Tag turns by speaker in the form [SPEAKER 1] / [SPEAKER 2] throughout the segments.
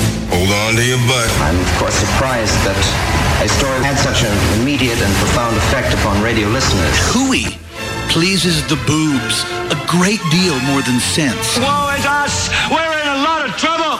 [SPEAKER 1] Hold on to your butt.
[SPEAKER 2] I'm of course surprised that a story had such an immediate and profound effect upon radio listeners.
[SPEAKER 3] Hooey pleases the boobs a great deal more than sense.
[SPEAKER 4] Woe is us! We're in a lot of trouble!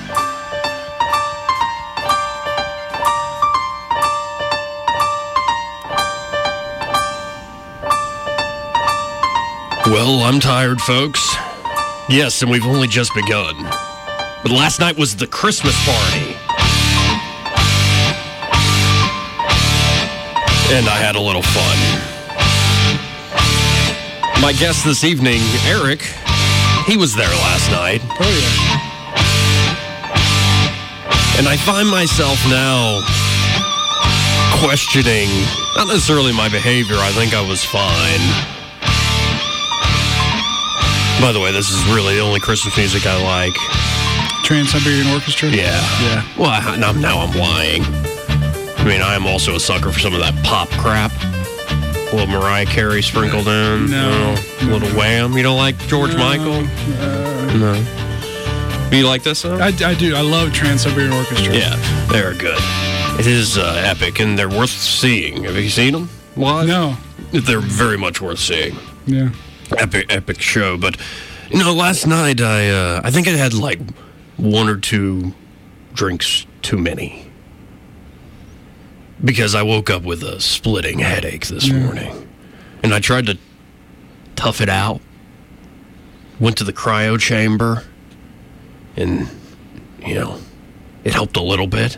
[SPEAKER 5] Well, I'm tired, folks. Yes, and we've only just begun. But last night was the Christmas party. And I had a little fun. My guest this evening, Eric, he was there last night.
[SPEAKER 6] Oh, yeah.
[SPEAKER 5] And I find myself now questioning, not necessarily my behavior, I think I was fine. By the way, this is really the only Christmas music I like.
[SPEAKER 6] Trans Siberian Orchestra?
[SPEAKER 5] Yeah.
[SPEAKER 6] Yeah.
[SPEAKER 5] Well, I, now, now I'm lying. I mean, I am also a sucker for some of that pop crap. A little Mariah Carey sprinkled in.
[SPEAKER 6] No.
[SPEAKER 5] You know, a little no. wham. You don't like George no. Michael? No. no. Do you like this song?
[SPEAKER 6] I, I do. I love Trans Siberian Orchestra.
[SPEAKER 5] Yeah, they're good. It is uh, epic and they're worth seeing. Have you seen them live?
[SPEAKER 6] No.
[SPEAKER 5] They're very much worth seeing.
[SPEAKER 6] Yeah
[SPEAKER 5] epic epic show but you know last night i uh, i think i had like one or two drinks too many because i woke up with a splitting headache this yeah. morning and i tried to tough it out went to the cryo chamber and you know it helped a little bit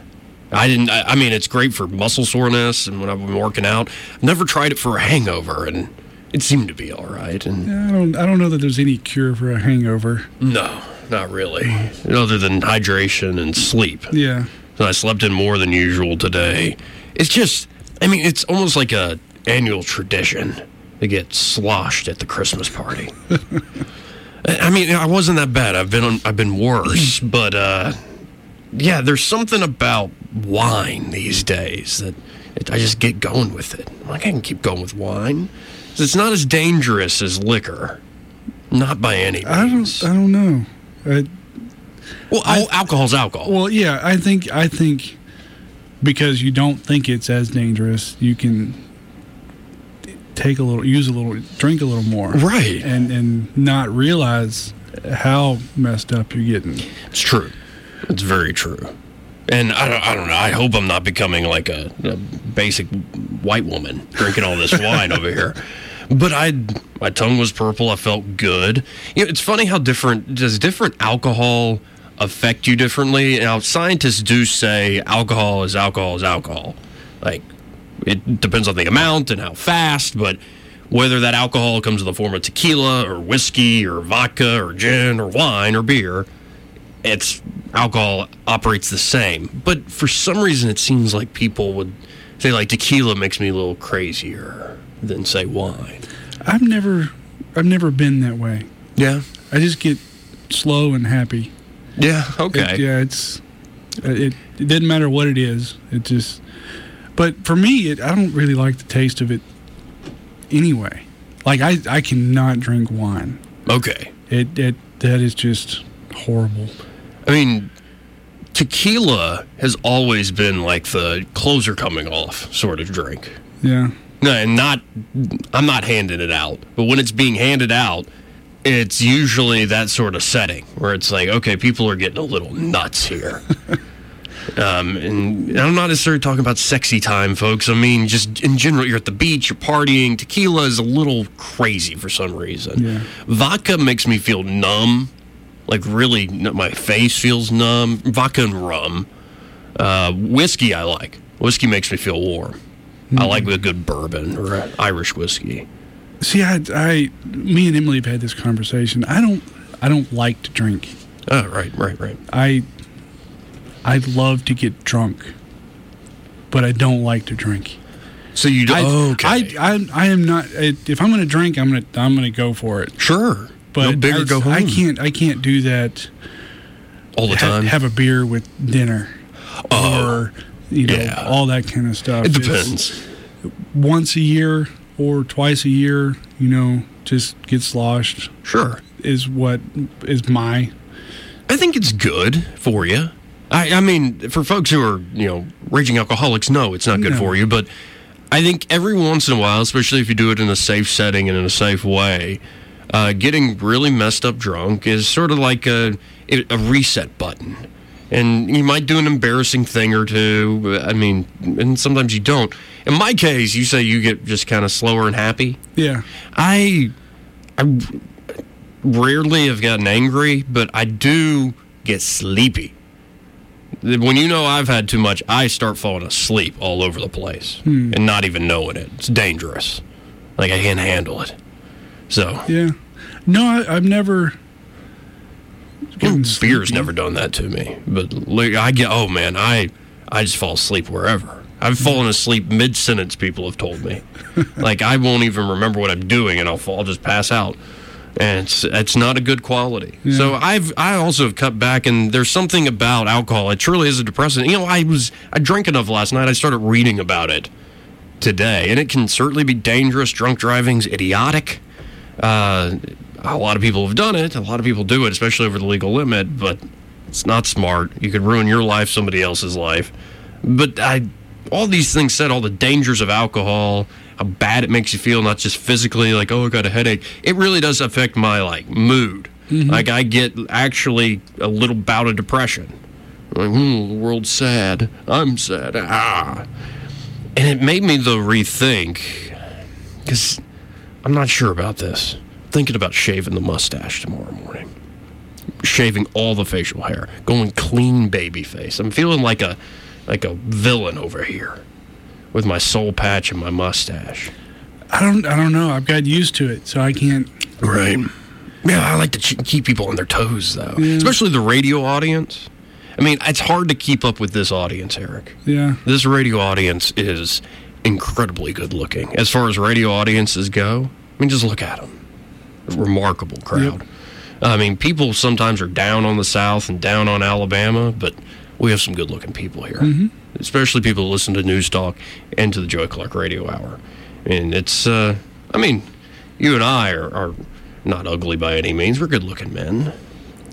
[SPEAKER 5] I didn't. I, I mean, it's great for muscle soreness, and when I've been working out, I've never tried it for a hangover, and it seemed to be all right. And
[SPEAKER 6] yeah, I don't, I don't know that there's any cure for a hangover.
[SPEAKER 5] No, not really. Other than hydration and sleep.
[SPEAKER 6] Yeah.
[SPEAKER 5] So I slept in more than usual today. It's just, I mean, it's almost like a annual tradition to get sloshed at the Christmas party. I mean, I wasn't that bad. I've been on, I've been worse, but uh, yeah, there's something about wine these days that it, I just get going with it. I'm like I can keep going with wine. It's not as dangerous as liquor, not by any
[SPEAKER 6] means. I don't. I don't know. I,
[SPEAKER 5] well, I, alcohol's alcohol.
[SPEAKER 6] Well, yeah, I think I think because you don't think it's as dangerous, you can take a little, use a little, drink a little more,
[SPEAKER 5] right,
[SPEAKER 6] and and not realize how messed up you're getting.
[SPEAKER 5] It's true. It's very true. And I don't, I don't know. I hope I'm not becoming like a, a basic white woman drinking all this wine over here. But I, my tongue was purple. I felt good. You know, it's funny how different does different alcohol affect you differently. Now scientists do say alcohol is alcohol is alcohol. Like it depends on the amount and how fast, but whether that alcohol comes in the form of tequila or whiskey or vodka or gin or wine or beer, it's alcohol operates the same. But for some reason, it seems like people would say like tequila makes me a little crazier than say wine.
[SPEAKER 6] I've never, I've never been that way.
[SPEAKER 5] Yeah,
[SPEAKER 6] I just get slow and happy.
[SPEAKER 5] Yeah. Okay.
[SPEAKER 6] It, yeah, it's uh, it, it. doesn't matter what it is. It just. But for me, it, I don't really like the taste of it. Anyway, like I, I cannot drink wine.
[SPEAKER 5] Okay.
[SPEAKER 6] It, it that is just horrible.
[SPEAKER 5] I mean, tequila has always been like the clothes are coming off sort of drink.
[SPEAKER 6] Yeah.
[SPEAKER 5] No, and not I'm not handing it out, but when it's being handed out, it's usually that sort of setting where it's like, okay, people are getting a little nuts here. um, and I'm not necessarily talking about sexy time, folks. I mean, just in general, you're at the beach, you're partying. Tequila is a little crazy for some reason.
[SPEAKER 6] Yeah.
[SPEAKER 5] Vodka makes me feel numb like really my face feels numb vodka and rum uh, whiskey i like whiskey makes me feel warm mm. i like a good bourbon or irish whiskey
[SPEAKER 6] see I, I me and emily have had this conversation i don't i don't like to drink
[SPEAKER 5] oh right right right
[SPEAKER 6] i i love to get drunk but i don't like to drink
[SPEAKER 5] So you do
[SPEAKER 6] I,
[SPEAKER 5] okay?
[SPEAKER 6] I, I, I am not. It, if I'm going to drink, I'm going to I'm going to go for it.
[SPEAKER 5] sure,
[SPEAKER 6] But
[SPEAKER 5] no bigger
[SPEAKER 6] I,
[SPEAKER 5] go home.
[SPEAKER 6] I can't. I can't do that.
[SPEAKER 5] all the
[SPEAKER 6] ha-
[SPEAKER 5] time.
[SPEAKER 6] Have, a beer with dinner, or you know,
[SPEAKER 5] Oh. yeah.
[SPEAKER 6] all that kind of stuff.
[SPEAKER 5] it
[SPEAKER 6] It's
[SPEAKER 5] depends.
[SPEAKER 6] Once a year or twice a year, you know, just get sloshed
[SPEAKER 5] Sure,
[SPEAKER 6] is what is my.
[SPEAKER 5] I think it's good for you. I, I mean, for folks who are you know raging alcoholics, no, it's not good
[SPEAKER 6] No.
[SPEAKER 5] for you. But I think every once in a while, especially if you do it in a safe setting and in a safe way, uh, getting really messed up drunk is sort of like a it- a reset button. And you might do an embarrassing thing or two. I mean, and sometimes you don't. In my case, you say you get just kind of slower and happy.
[SPEAKER 6] Yeah.
[SPEAKER 5] I, I rarely have gotten angry, but I do get sleepy. When you know I've had too much, I start falling asleep all over the place and not even knowing it. It's dangerous. Like I can't handle it. So
[SPEAKER 6] Yeah. No, I, I've never. gotten
[SPEAKER 5] beer's
[SPEAKER 6] sleepy.
[SPEAKER 5] never done that to me. But like, I get oh man, I I just fall asleep wherever. I've fallen asleep mid sentence. People have told me, like I won't even remember what I'm doing, and I'll fall, I'll just pass out. And it's it's not a good quality. So I've I also have cut back, and there's something about alcohol. It truly is a depressant. You know, I was I drank enough last night. I started reading about it today, and it can certainly be dangerous. Drunk driving's idiotic uh, a lot of people have done it. A lot of people do it, especially over the legal limit. But it's not smart. You could ruin your life, somebody else's life. But I, all these things said, all the dangers of alcohol, how bad it makes you feel, not just physically, like oh, I got a headache. It really does affect my like mood. Like I get actually a little bout of depression. Like, hmm, the world's sad. I'm sad. Ah. And it made me though rethink, because I'm not sure about this. Thinking about shaving the mustache tomorrow morning. Shaving all the facial hair. Going clean baby face. I'm feeling like a like a villain over here. With my soul patch and my mustache.
[SPEAKER 6] I don't. I don't know. I've got used to it, so I can't.
[SPEAKER 5] Right. Yeah, I like to ch- keep people on their toes though. Especially the radio audience. I mean, it's hard to keep up with this audience, Eric.
[SPEAKER 6] Yeah.
[SPEAKER 5] This radio audience is incredibly good looking. As far as radio audiences go, I mean, just look at them. Remarkable crowd. I mean, people sometimes are down on the South and down on Alabama, but we have some good looking people here, especially people that listen to News Talk and to the Joy Clark Radio Hour. And it's, uh, I mean, you and I are, are not ugly by any means. We're good looking men.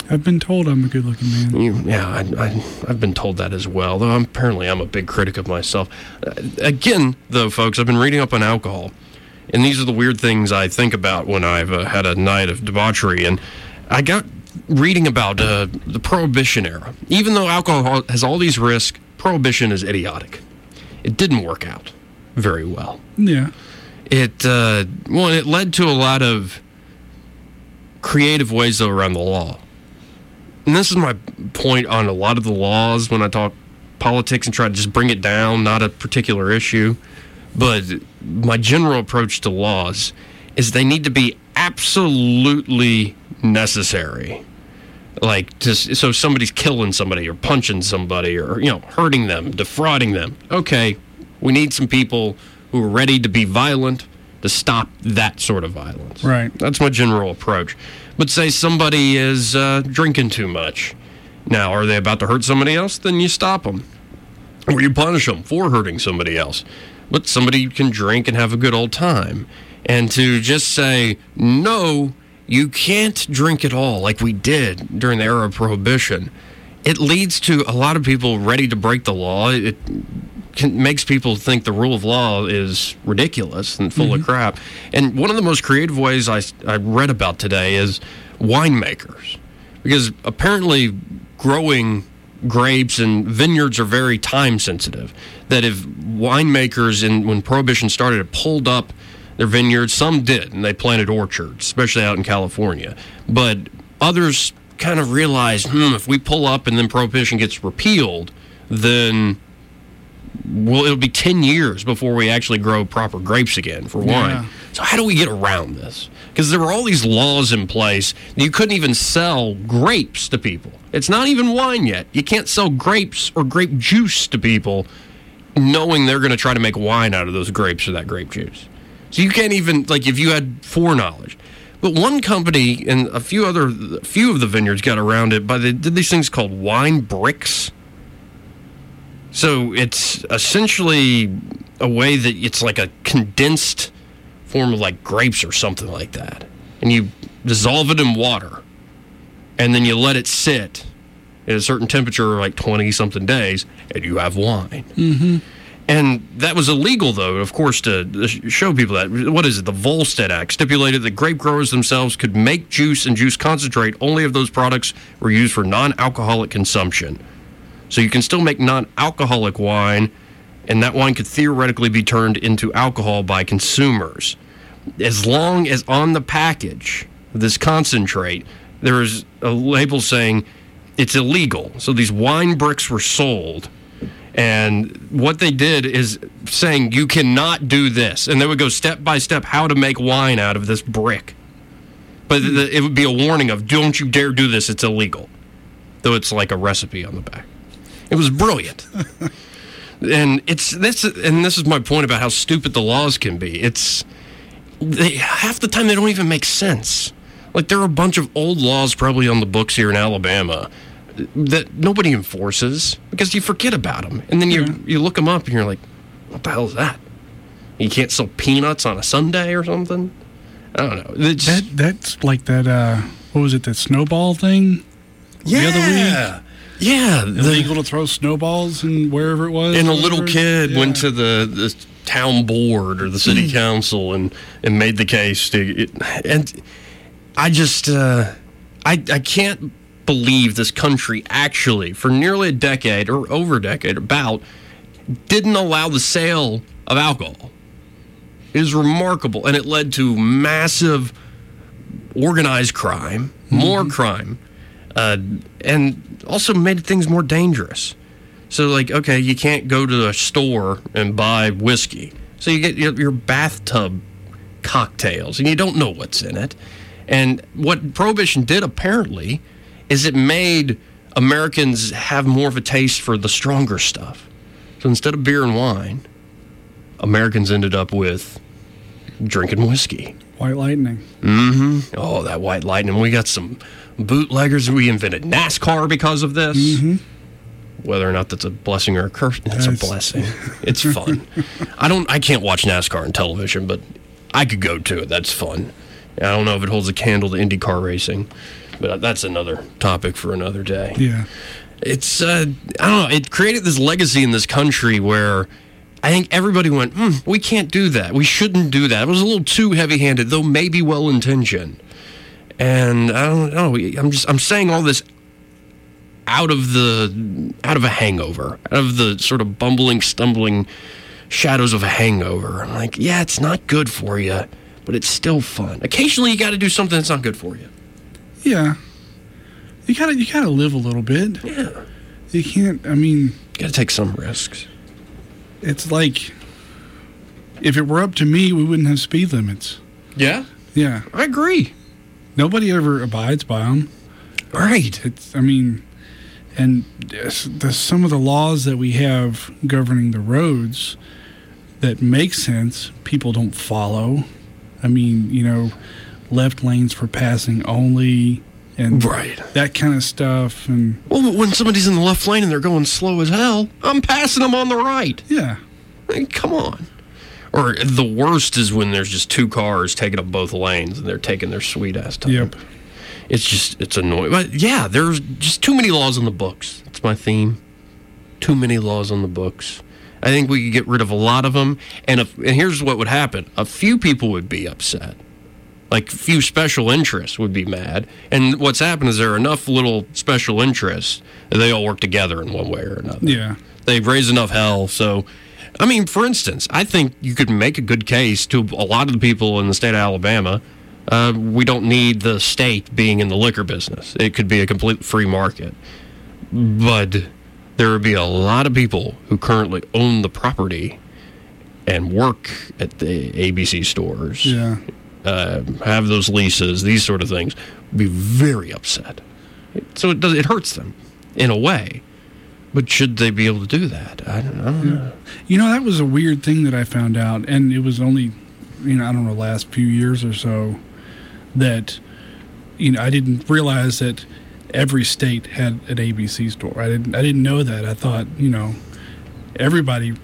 [SPEAKER 6] I've been told I'm a good-looking man.
[SPEAKER 5] You, yeah, I, I, I've been told that as well. Though I'm, apparently, I'm a big critic of myself. Uh, again, though, folks, I've been reading up on alcohol, and these are the weird things I think about when I've uh, had a night of debauchery. And I got reading about uh, the Prohibition era. Even though alcohol has all these risks, Prohibition is idiotic. It didn't work out very well
[SPEAKER 6] Yeah.
[SPEAKER 5] it uh, well, it led to a lot of creative ways though around the law. And this is my point on a lot of the laws when I talk politics and try to just bring it down, not a particular issue. But my general approach to laws is they need to be absolutely necessary. Like just so somebody's killing somebody or punching somebody or you know hurting them, defrauding them. Okay, we need some people who are ready to be violent to stop that sort of violence.
[SPEAKER 6] Right.
[SPEAKER 5] That's my general approach. But say somebody is uh, drinking too much. Now, are they about to hurt somebody else? Then you stop them or you punish them for hurting somebody else. But somebody can drink and have a good old time. And to just say, no, you can't drink at all, like we did during the era of prohibition, it leads to a lot of people ready to break the law. It can, makes people think the rule of law is ridiculous and full of crap. And one of the most creative ways I, s- I read about today is winemakers. Because apparently, growing grapes and vineyards are very time sensitive. That if winemakers, and when Prohibition started, it pulled up their vineyards. Some did, and they planted orchards, especially out in California. But others kind of realized, hmm, if we pull up and then Prohibition gets repealed, then well, it'll be 10 years before we actually grow proper grapes again for wine.
[SPEAKER 6] Yeah.
[SPEAKER 5] So, how do we get around this? Because there were all these laws in place. that You couldn't even sell grapes to people. It's not even wine yet. You can't sell grapes or grape juice to people knowing they're going to try to make wine out of those grapes or that grape juice. So you can't even like if you had foreknowledge. But one company and a few other a few of the vineyards got around it by they did these things called wine bricks. So it's essentially a way that it's like a condensed form of like grapes or something like that. And you dissolve it in water and then you let it sit at a certain temperature, like 20 something days, and you have wine. Mm-hmm. And that was illegal, though, of course, to to sh- show people that. What is it? The Volstead Act stipulated that grape growers themselves could make juice and juice concentrate only if those products were used for non alcoholic consumption. So you can still make non alcoholic wine, and that wine could theoretically be turned into alcohol by consumers. As long as on the package, of this concentrate, there is a label saying it's illegal. So these wine bricks were sold. And what they did is saying you cannot do this. And they would go step by step how to make wine out of this brick. But the, it would be a warning of don't you dare do this, it's illegal. Though it's like a recipe on the back. It was brilliant. and it's this and this is my point about how stupid the laws can be. It's they half the time they don't even make sense. Like there are a bunch of old laws probably on the books here in Alabama that nobody enforces because you forget about them, and then you you look them up and you're like, what the hell is that? You can't sell peanuts on a Sunday or something. I don't know. It's,
[SPEAKER 6] That that's like that. Uh, what was it? That snowball thing.
[SPEAKER 5] yeah,
[SPEAKER 6] other week-
[SPEAKER 5] yeah. The,
[SPEAKER 6] Illegal to throw snowballs and wherever it was.
[SPEAKER 5] and a
[SPEAKER 6] or
[SPEAKER 5] little
[SPEAKER 6] whatever.
[SPEAKER 5] kid
[SPEAKER 6] Yeah. Hmm.
[SPEAKER 5] went to the, the town board or the city council and, and made the case to it, and i just uh, I, I can't believe this country actually for nearly a decade or over a decade about didn't allow the sale of alcohol it is remarkable and it led to massive organized crime more
[SPEAKER 6] Hmm.
[SPEAKER 5] crime uh, and also made things more dangerous so like, okay, you can't go to a store and buy whiskey. So you get your, your bathtub cocktails, and you don't know what's in it. And what prohibition did apparently is it made Americans have more of a taste for the stronger stuff. So instead of beer and wine, Americans ended up with drinking whiskey.
[SPEAKER 6] White lightning.
[SPEAKER 5] Oh, that white lightning. We got some bootleggers. We invented NASCAR because of this. Whether or not that's a blessing or a curse, it's a
[SPEAKER 6] Mm-hmm. That's-
[SPEAKER 5] blessing. It's fun. I don't. I can't watch NASCAR on television, but I could go to it. That's fun. I don't know if it holds a candle to IndyCar racing, but that's another topic for another day
[SPEAKER 6] Yeah.
[SPEAKER 5] it's uh, I don't know. It created this legacy in this country where I think everybody went, mm, we can't do that. We shouldn't do that. It was a little too heavy-handed, though maybe well-intentioned. And I don't know. I'm just I'm saying all this out of the out of a hangover, out of the sort of bumbling, stumbling shadows of a hangover. I'm like, yeah, it's not good for you, but it's still fun. Occasionally, you got to do something that's not good for you.
[SPEAKER 6] Yeah. You gotta you gotta live a little bit. Yeah. You can't. I mean,
[SPEAKER 5] Got to take some risks.
[SPEAKER 6] it's like if it were up to me, we wouldn't have speed limits.
[SPEAKER 5] Yeah,
[SPEAKER 6] Yeah.
[SPEAKER 5] I agree.
[SPEAKER 6] Nobody ever abides by them.
[SPEAKER 5] Right.
[SPEAKER 6] It's, I mean, and there's, there's some of the laws that we have governing the roads that make sense, people don't follow. I mean, you know, left lanes for passing only, and
[SPEAKER 5] Right.
[SPEAKER 6] that kind of stuff, and
[SPEAKER 5] Well, but when somebody's in the left lane and they're going slow as hell, I'm passing them on the right.
[SPEAKER 6] yeah,
[SPEAKER 5] I mean, come on. Or the worst is when there's just two cars taking up both lanes and they're taking their sweet ass time.
[SPEAKER 6] yep,
[SPEAKER 5] It's just, it's annoying. But yeah, there's just too many laws on the books. That's my theme. Too many laws on the books. I think we could get rid of a lot of them. And, if, and here's what would happen a few people would be upset like few special interests would be mad. And what's happened is there are enough little special interests that they all work together in one way or another.
[SPEAKER 6] Yeah.
[SPEAKER 5] They've raised enough hell. So, I mean, for instance, I think you could make a good case to a lot of the people in the state of Alabama. Uh, we don't need the state being in the liquor business. It could be a complete free market. But there would be a lot of people who currently own the property and work at the ABC stores
[SPEAKER 6] yeah.
[SPEAKER 5] uh, have those leases, these sort of things, be very upset. So it does, it hurts them in a way. But should they be able to do that? I don't, I don't know.
[SPEAKER 6] You know, that was a weird thing that I found out, and it was only, you know, I don't know, last few years or so that, you know, I didn't realize that every state had an ABC store. I didn't, I didn't know that. I thought, you know, everybody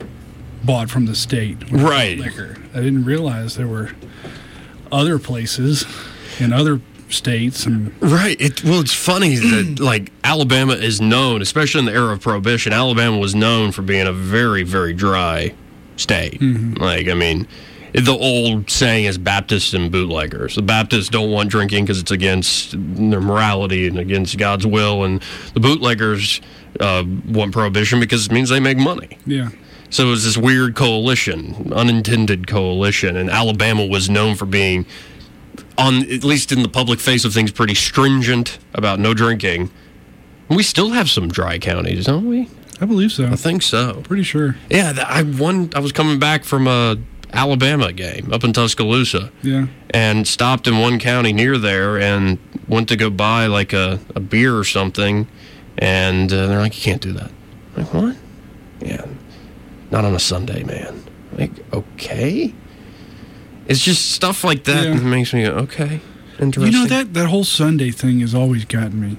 [SPEAKER 6] bought from the state when it was
[SPEAKER 5] Right.
[SPEAKER 6] liquor. I didn't realize there were other places in other states and
[SPEAKER 5] Right. It, well, it's funny that like Alabama is known, especially in the era of prohibition. Alabama was known for being a very, very dry state. Like, I mean, the old saying is Baptists and bootleggers. The Baptists don't want drinking because it's against their morality and against God's will, and the bootleggers uh, want prohibition because it means they make money.
[SPEAKER 6] yeah.
[SPEAKER 5] So it was this weird coalition, unintended coalition, and Alabama was known for being, on at least in the public face of things, pretty stringent about no drinking. We still have some dry counties, don't we?
[SPEAKER 6] I believe so.
[SPEAKER 5] I think so.
[SPEAKER 6] Pretty sure.
[SPEAKER 5] Yeah, th- I one I was coming back from a Alabama game up in Tuscaloosa,
[SPEAKER 6] Yeah.
[SPEAKER 5] and stopped in one county near there, and went to go buy like a, a beer or something, and uh, they're like, "You can't do that." I'm like what? Yeah, not on a Sunday, man. Like okay, it's just stuff like that
[SPEAKER 6] Yeah.
[SPEAKER 5] that makes me go, okay, interesting.
[SPEAKER 6] You know that that whole Sunday thing has always gotten me.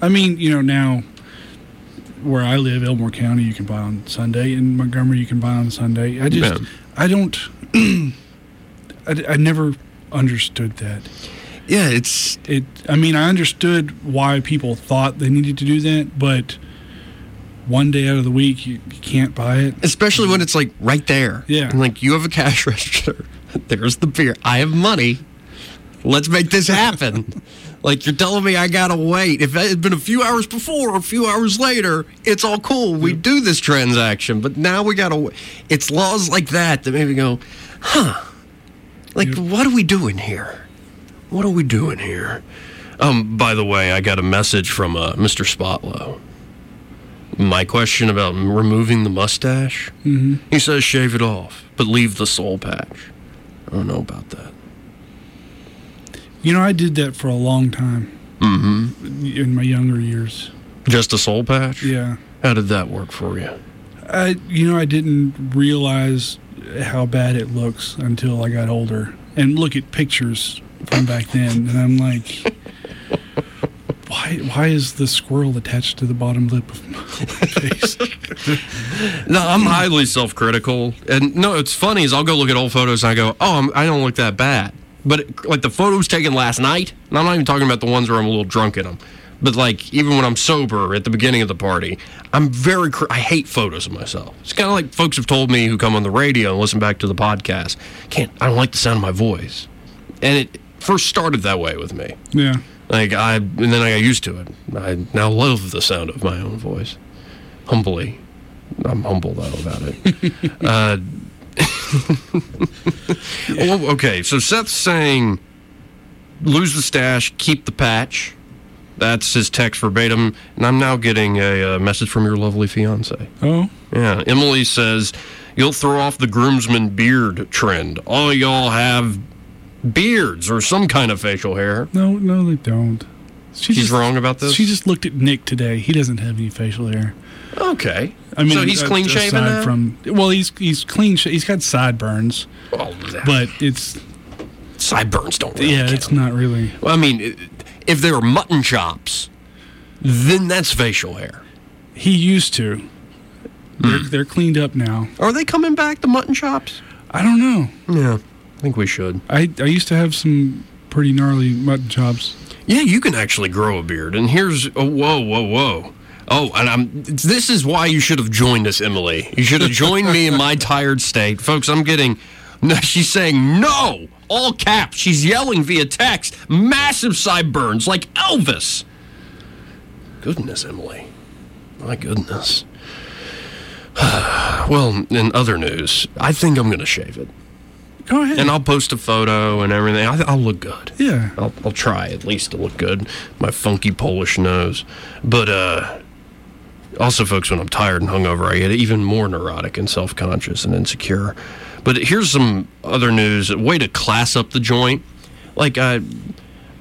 [SPEAKER 6] I mean, you know now where I live, Elmore County, you can buy on Sunday, in Montgomery, you can buy on Sunday. I just,
[SPEAKER 5] Yeah.
[SPEAKER 6] I don't, I, d- I never understood that.
[SPEAKER 5] Yeah, it's
[SPEAKER 6] It, I mean, I understood why people thought they needed to do that, but one day out of the week, you, you can't buy it.
[SPEAKER 5] especially when it's like right there.
[SPEAKER 6] Yeah.
[SPEAKER 5] And, like you have a cash register. There's the beer. I have money. Let's make this happen. like you're telling me I gotta wait. If it had been a few hours before or a few hours later, it's all cool. We do this transaction, but now we gotta. wa- It's laws like that that maybe go, huh? Like what are we doing here? What are we doing here? Um, by the way, I got a message from uh, Mr. Spotlow my question about m- removing the mustache. Mm-hmm. He says shave it off, but leave the soul patch. I don't know about that.
[SPEAKER 6] You know, I did that for a long time mm-hmm. in my younger years.
[SPEAKER 5] Just a soul patch?
[SPEAKER 6] Yeah.
[SPEAKER 5] How did that work for you?
[SPEAKER 6] I, you know, I didn't realize how bad it looks until I got older and look at pictures from back then, and I'm like, why, why is the squirrel attached to the bottom lip of my face?
[SPEAKER 5] No, I'm highly self-critical, and no, it's funny is I'll go look at old photos and I go, oh, I'm, I don't look that bad. But it, like the photos taken last night, and I'm not even talking about the ones where I'm a little drunk in them. But like even when I'm sober at the beginning of the party, I'm very cr- I hate photos of myself. It's kind of like folks have told me who come on the radio and listen back to the podcast. Can't I don't like the sound of my voice, and it first started that way with me.
[SPEAKER 6] yeah,
[SPEAKER 5] Like I, and then I got used to it. I now love the sound of my own voice. Humbly, I'm humble though about it. uh, oh, okay, so Seth's saying, lose the stash, keep the patch. That's his text verbatim, and I'm now getting a, uh message from your lovely fiance.
[SPEAKER 6] oh,
[SPEAKER 5] Yeah, Emily says you'll throw off the groomsman beard trend. All y'all have beards or some kind of facial hair.
[SPEAKER 6] no, no, they don't. She
[SPEAKER 5] She's wrong about this.
[SPEAKER 6] She just looked at Nick today. He doesn't have any facial hair.
[SPEAKER 5] Okay.
[SPEAKER 6] I mean,
[SPEAKER 5] so he's
[SPEAKER 6] a-
[SPEAKER 5] clean shaven
[SPEAKER 6] aside
[SPEAKER 5] now.
[SPEAKER 6] From well, he's he's clean. Sh- he's got sideburns,
[SPEAKER 5] oh, that-
[SPEAKER 6] but it's
[SPEAKER 5] sideburns don't. Really
[SPEAKER 6] yeah,
[SPEAKER 5] count.
[SPEAKER 6] it's not really.
[SPEAKER 5] Well, I mean, i- if they were mutton chops, then that's facial hair.
[SPEAKER 6] He used to. They're, they're cleaned up now.
[SPEAKER 5] Are they coming back? The mutton chops?
[SPEAKER 6] I don't know.
[SPEAKER 5] Yeah, I think we should.
[SPEAKER 6] I, I used to have some pretty gnarly mutton chops.
[SPEAKER 5] Yeah, you can actually grow a beard. And here's oh, whoa, whoa, whoa. Oh, and I'm. This is why you should have joined us, Emily. You should have joined me in my tired state, folks. I'm getting. No, she's saying no. All caps. She's yelling via text. Massive sideburns, like Elvis. Goodness, Emily. My goodness. well, in other news, I think I'm going to shave it,
[SPEAKER 6] Go ahead.
[SPEAKER 5] and I'll post a photo and everything. I, I'll look good.
[SPEAKER 6] yeah.
[SPEAKER 5] I'll, I'll try at least to look good. My funky Polish nose. But uh, also, folks, when I'm tired and hungover, I get even more neurotic and self conscious and insecure. But here's some other news way to class up the joint. Like, I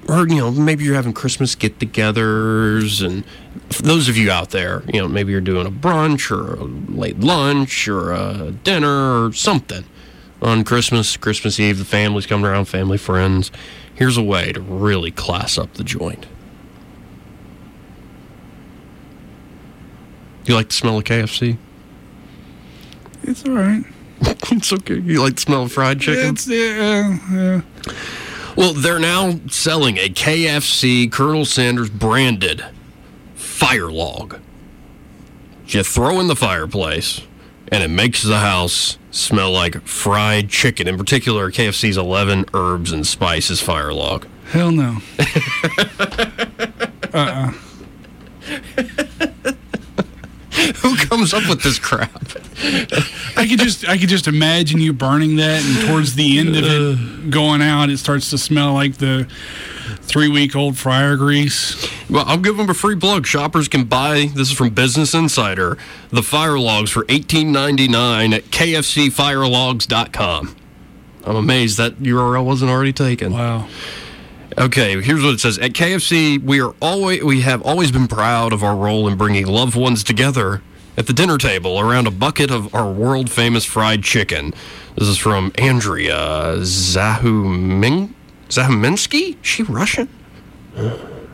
[SPEAKER 5] or you know maybe you're having Christmas get-togethers, and for those of you out there, you know maybe you're doing a brunch or a late lunch or a dinner or something on Christmas, Christmas Eve. The family's coming around, family, friends. Here's a way to really class up the joint. You like the smell of KFC?
[SPEAKER 6] It's all right.
[SPEAKER 5] it's okay. You like the smell of fried chicken?
[SPEAKER 6] It's yeah, uh, yeah.
[SPEAKER 5] Well, they're now selling a KFC Colonel Sanders branded fire log. You throw in the fireplace, and it makes the house smell like fried chicken. In particular, KFC's 11 herbs and spices fire log.
[SPEAKER 6] Hell no. uh uh
[SPEAKER 5] Who comes up with this crap?
[SPEAKER 6] I could just I could just imagine you burning that, and towards the end of it, going out, it starts to smell like the three week old fryer grease.
[SPEAKER 5] Well, I'll give them a free plug. Shoppers can buy this is from Business Insider the fire logs for eighteen ninety nine at kfcfirelogs.com. I'm amazed that URL wasn't already taken.
[SPEAKER 6] Wow.
[SPEAKER 5] Okay, here's what it says. At KFC, we are always we have always been proud of our role in bringing loved ones together at the dinner table around a bucket of our world famous fried chicken. This is from Andrea Zahumin Zahuminsky? She Russian?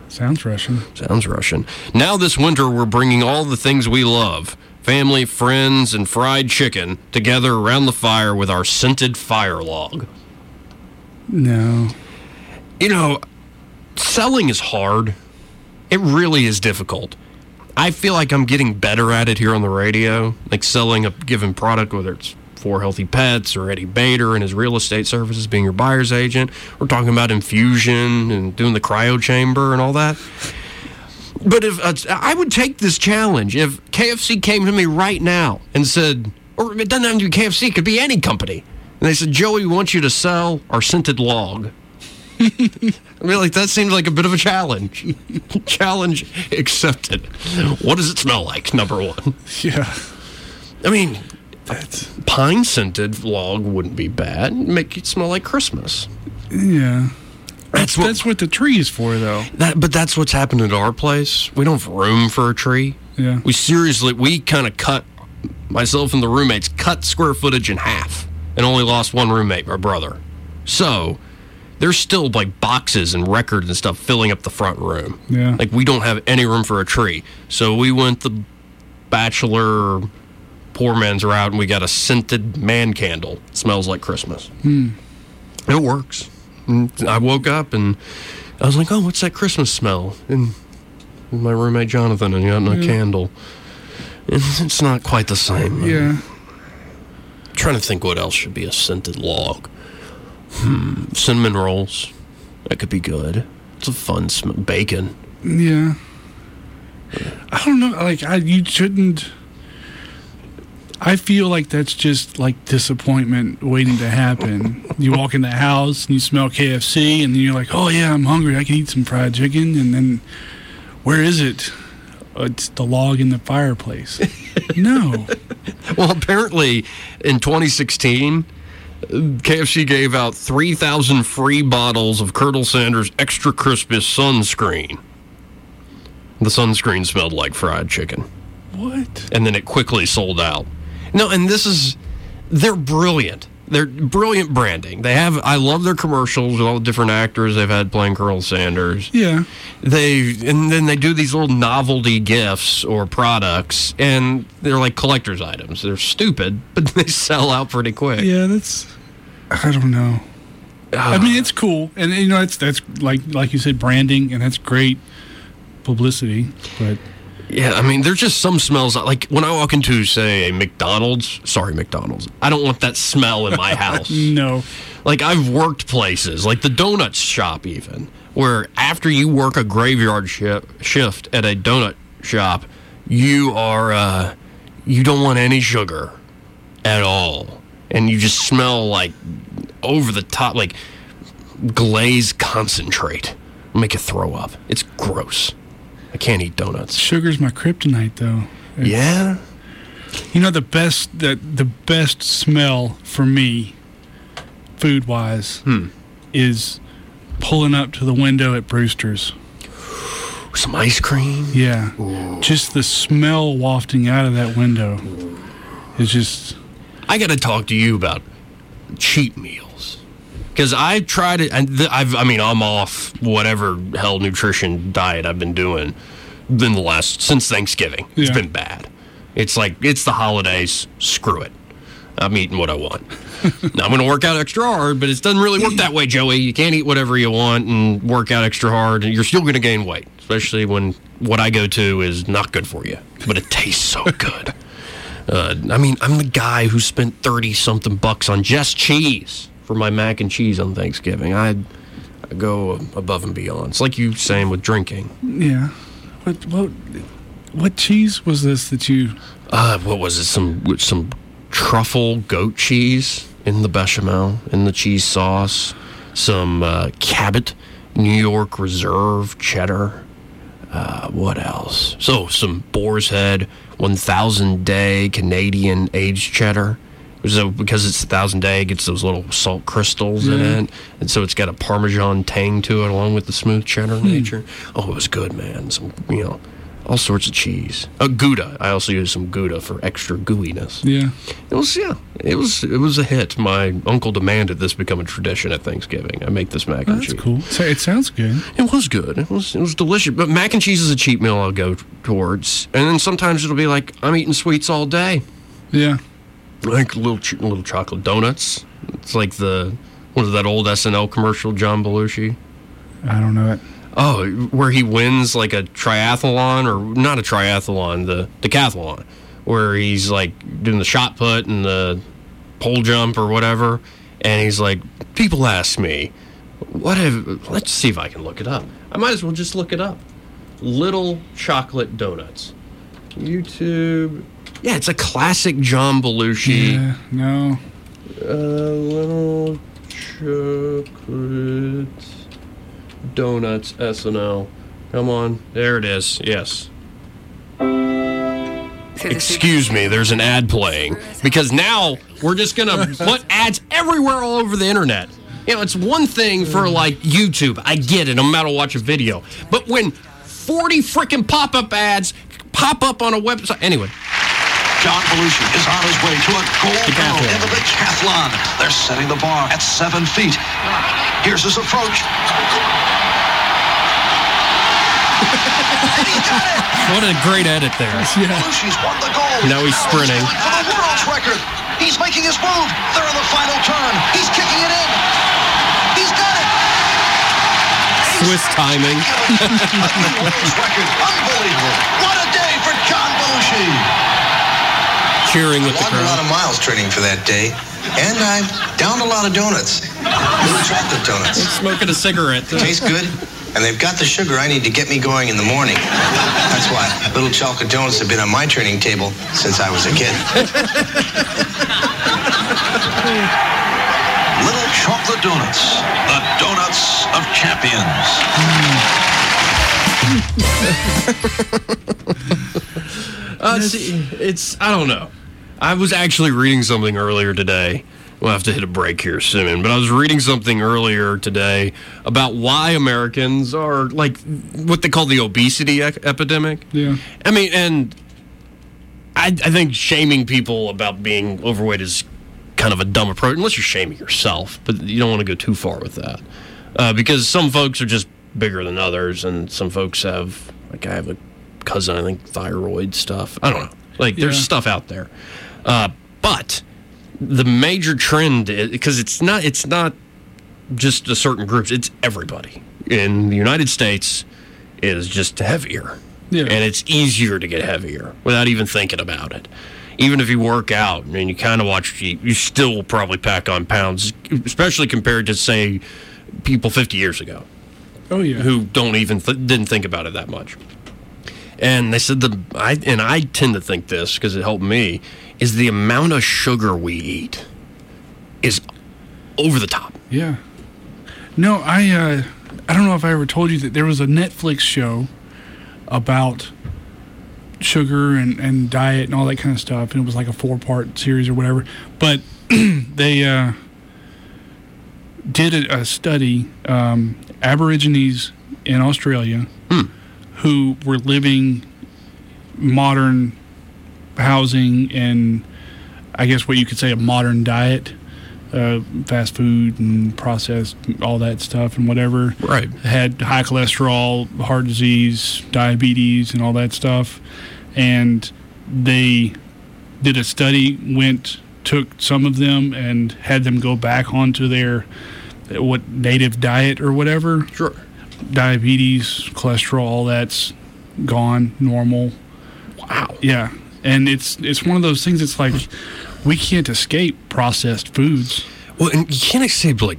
[SPEAKER 6] Sounds Russian.
[SPEAKER 5] Sounds Russian. Now this winter, we're bringing all the things we love family, friends, and fried chicken together around the fire with our scented fire log.
[SPEAKER 6] No.
[SPEAKER 5] You know, selling is hard. It really is difficult. I feel like I'm getting better at it here on the radio, like selling a given product, whether it's for healthy pets or Eddie Bader and his real estate services being your buyer's agent. We're talking about infusion and doing the cryo chamber and all that. But if uh, I would take this challenge, if KFC came to me right now and said, or it doesn't have to be KFC, it could be any company, and they said, Joey, we want you to sell our scented log. I mean, like that seems like a bit of a challenge. challenge accepted. What does it smell like? Number one.
[SPEAKER 6] Yeah.
[SPEAKER 5] I mean, pine scented log wouldn't be bad. Make it smell like Christmas.
[SPEAKER 6] Yeah.
[SPEAKER 5] That's what.
[SPEAKER 6] That's what the tree is for, though.
[SPEAKER 5] that, but that's what's happened at our place. We don't have room for a tree.
[SPEAKER 6] Yeah.
[SPEAKER 5] We seriously, we kind of cut myself and the roommates cut square footage in half, and only lost one roommate, my brother. So there's still like boxes and records and stuff filling up the front room.
[SPEAKER 6] Yeah.
[SPEAKER 5] Like we don't have any room for a tree. So we went the bachelor poor man's route and we got a scented man candle. smells like Christmas. It works. And I woke up and I was like, "Oh, what's that Christmas smell?" And my roommate Jonathan and he got a candle. It's it's not quite the same. I'm
[SPEAKER 6] Yeah.
[SPEAKER 5] trying to think what else should be a scented log. Hmm, cinnamon rolls. That could be good. It's a fun smell. Bacon.
[SPEAKER 6] Yeah. I don't know. Like, I you shouldn't. I feel like that's just like disappointment waiting to happen. you walk in the house and you smell KFC, and then you're like, "Oh yeah, I'm hungry. I can eat some fried chicken." And then, where is it? "Oh, It's the log in the fireplace. no,
[SPEAKER 5] Well, apparently in 2016, KFC gave out 3,000 free bottles of Colonel Sanders Extra Crispus sunscreen. The sunscreen smelled like fried chicken,
[SPEAKER 6] what?
[SPEAKER 5] and then it quickly sold out. No, and this is, they're brilliant. They're brilliant branding. They have, I love their commercials with all the different actors they've had playing Colonel Sanders
[SPEAKER 6] Yeah,
[SPEAKER 5] they and then they do these little novelty gifts or products and they're like collector's items they're stupid but they sell out pretty quick
[SPEAKER 6] yeah. That's I don't know. I mean, it's cool, and you know, that's that's like like you said, branding, and that's great publicity, but.
[SPEAKER 5] yeah i mean there's just some smells like when i walk into say a mcdonald's sorry mcdonald's i don't want that smell in my house
[SPEAKER 6] No.
[SPEAKER 5] Like I've worked places, like the donut shop, even where after you work a graveyard shi shift at a donut shop, you are uh, you don't want any sugar at all, and you just smell like over the top, like glazed concentrate. Make you throw up. It's gross. I can't eat donuts.
[SPEAKER 6] Sugar's my kryptonite though.
[SPEAKER 5] Yeah.
[SPEAKER 6] You know the best the, the best smell for me food wise is pulling up to the window at Brewster's.
[SPEAKER 5] Some ice cream.
[SPEAKER 6] Yeah. Just the smell wafting out of that window. It's just
[SPEAKER 5] I got to talk to you about cheat meals because I tried it. And th- I've, I mean, I'm off whatever hell nutrition diet I've been doing. Then the last since Thanksgiving, it's
[SPEAKER 6] Yeah.
[SPEAKER 5] been bad. It's like it's the holidays. Screw it. I'm eating what I want. now I'm going to work out extra hard, but it doesn't really work that way, Joey. You can't eat whatever you want and work out extra hard, and you're still going to gain weight. Especially when what I go to is not good for you, but it tastes so good. Uh, I mean, I'm the guy who spent thirty something bucks on just cheese for my mac and cheese on Thanksgiving. I, I go above and beyond. It's like you saying with drinking.
[SPEAKER 6] yeah. What what what cheese was this that you
[SPEAKER 5] Uh, what was it? Some some truffle goat cheese in the bechamel in the cheese sauce. Some uh, Cabot New York Reserve cheddar. Uh, what else? So some Boar's Head 1,000 Day Canadian aged cheddar. So because it's 1,000 Day, it gets those little salt crystals in it, and so it's got a Parmesan tang to it, along with the smooth cheddar
[SPEAKER 6] Hmm.
[SPEAKER 5] nature. Oh, it was good, man. Some you know. All sorts of cheese. Uh, Gouda. I also used some Gouda for extra gooiness.
[SPEAKER 6] Yeah.
[SPEAKER 5] It was yeah. It was it was a hit. My uncle demanded this become a tradition at Thanksgiving. I make this mac and
[SPEAKER 6] That's
[SPEAKER 5] cheese.
[SPEAKER 6] cool. So it sounds good.
[SPEAKER 5] It was good. It was it was delicious. But mac and cheese is a cheap meal I'll go t- towards. And then sometimes it'll be like I'm eating sweets all day,
[SPEAKER 6] Yeah.
[SPEAKER 5] like little ch- little chocolate donuts. It's like the what is that old SNL commercial John Belushi?
[SPEAKER 6] I don't know it.
[SPEAKER 5] Oh, where he wins like a triathlon or not a triathlon, the decathlon, where he's like doing the shot put and the pole jump or whatever, and he's like, people ask me, what have? Let's see if I can look it up. I might as well just look it up. Little chocolate donuts, YouTube. Yeah, it's a classic John Belushi.
[SPEAKER 6] Yeah. No.
[SPEAKER 5] A little chocolate donuts SNL. Come on, there it is. Yes. Excuse me, there's an ad playing because now we're just gonna put ads everywhere all over the internet. You know, it's one thing for like YouTube. I get it. I'm about to watch a video, but when 40 freaking pop-up ads pop up on a website, anyway.
[SPEAKER 4] John Belushi is on his way to a gold medal
[SPEAKER 5] Decathlon.
[SPEAKER 4] in the decathlon. They're setting the bar at seven feet. Here's his approach. And he got it.
[SPEAKER 5] What a great edit there.
[SPEAKER 4] Belushi's won the gold.
[SPEAKER 5] Now he's sprinting.
[SPEAKER 4] He's going for the world's record. He's making his move. They're in the final turn. He's kicking it in. He's got it.
[SPEAKER 5] Swiss timing.
[SPEAKER 4] The world's record. Unbelievable. What a day for John Belushi.
[SPEAKER 5] cheering with the
[SPEAKER 1] Logged a lot
[SPEAKER 5] crowd.
[SPEAKER 1] of miles training for that day, and I've downed a lot of donuts. Little chocolate donuts.
[SPEAKER 5] Smoking a cigarette.
[SPEAKER 1] Taste good, and they've got the sugar I need to get me going in the morning. That's why little chocolate donuts have been on my training table since I was a kid.
[SPEAKER 4] Little chocolate donuts. The donuts of champions.
[SPEAKER 5] Uh, see, it's I don't know. I was actually reading something earlier today. We'll have to hit a break here soon, but I was reading something earlier today about why Americans are like what they call the obesity ec- epidemic.
[SPEAKER 6] Yeah.
[SPEAKER 5] I mean, and I, I think shaming people about being overweight is kind of a dumb approach, unless you're shaming yourself. But you don't want to go too far with that, uh, because some folks are just bigger than others, and some folks have, like, I have a cousin, I think, thyroid stuff. I don't know. Like, there's
[SPEAKER 6] Yeah.
[SPEAKER 5] stuff out there, uh, but the major trend because it's not it's not just a certain groups. It's everybody in the United States is just heavier.
[SPEAKER 6] Yeah.
[SPEAKER 5] And it's easier to get heavier without even thinking about it. Even if you work out and you kind of watch, you, you still will probably pack on pounds, especially compared to, say, people 50 years ago
[SPEAKER 6] Oh yeah.
[SPEAKER 5] who don't even th- didn't think about it that much. And they said the I and I tend to think this because it helped me is the amount of sugar we eat is over the top.
[SPEAKER 6] Yeah. No, I uh, I don't know if I ever told you that there was a Netflix show about sugar and, and diet and all that kind of stuff, and it was like a four part series or whatever. But they uh, did a, a study um, Aborigines in Australia who were living modern housing and I guess what you could say a modern diet, uh, fast food and processed all that stuff and whatever.
[SPEAKER 5] Right.
[SPEAKER 6] Had high cholesterol, heart disease, diabetes, and all that stuff, and they did a study, went, took some of them, and had them go back onto their uh, what native diet or whatever. Sure. Diabetes, cholesterol, all that's gone, normal. Wow. Yeah, and it's it's one of those things. It's like we can't escape processed foods.
[SPEAKER 5] Well, and you can't escape like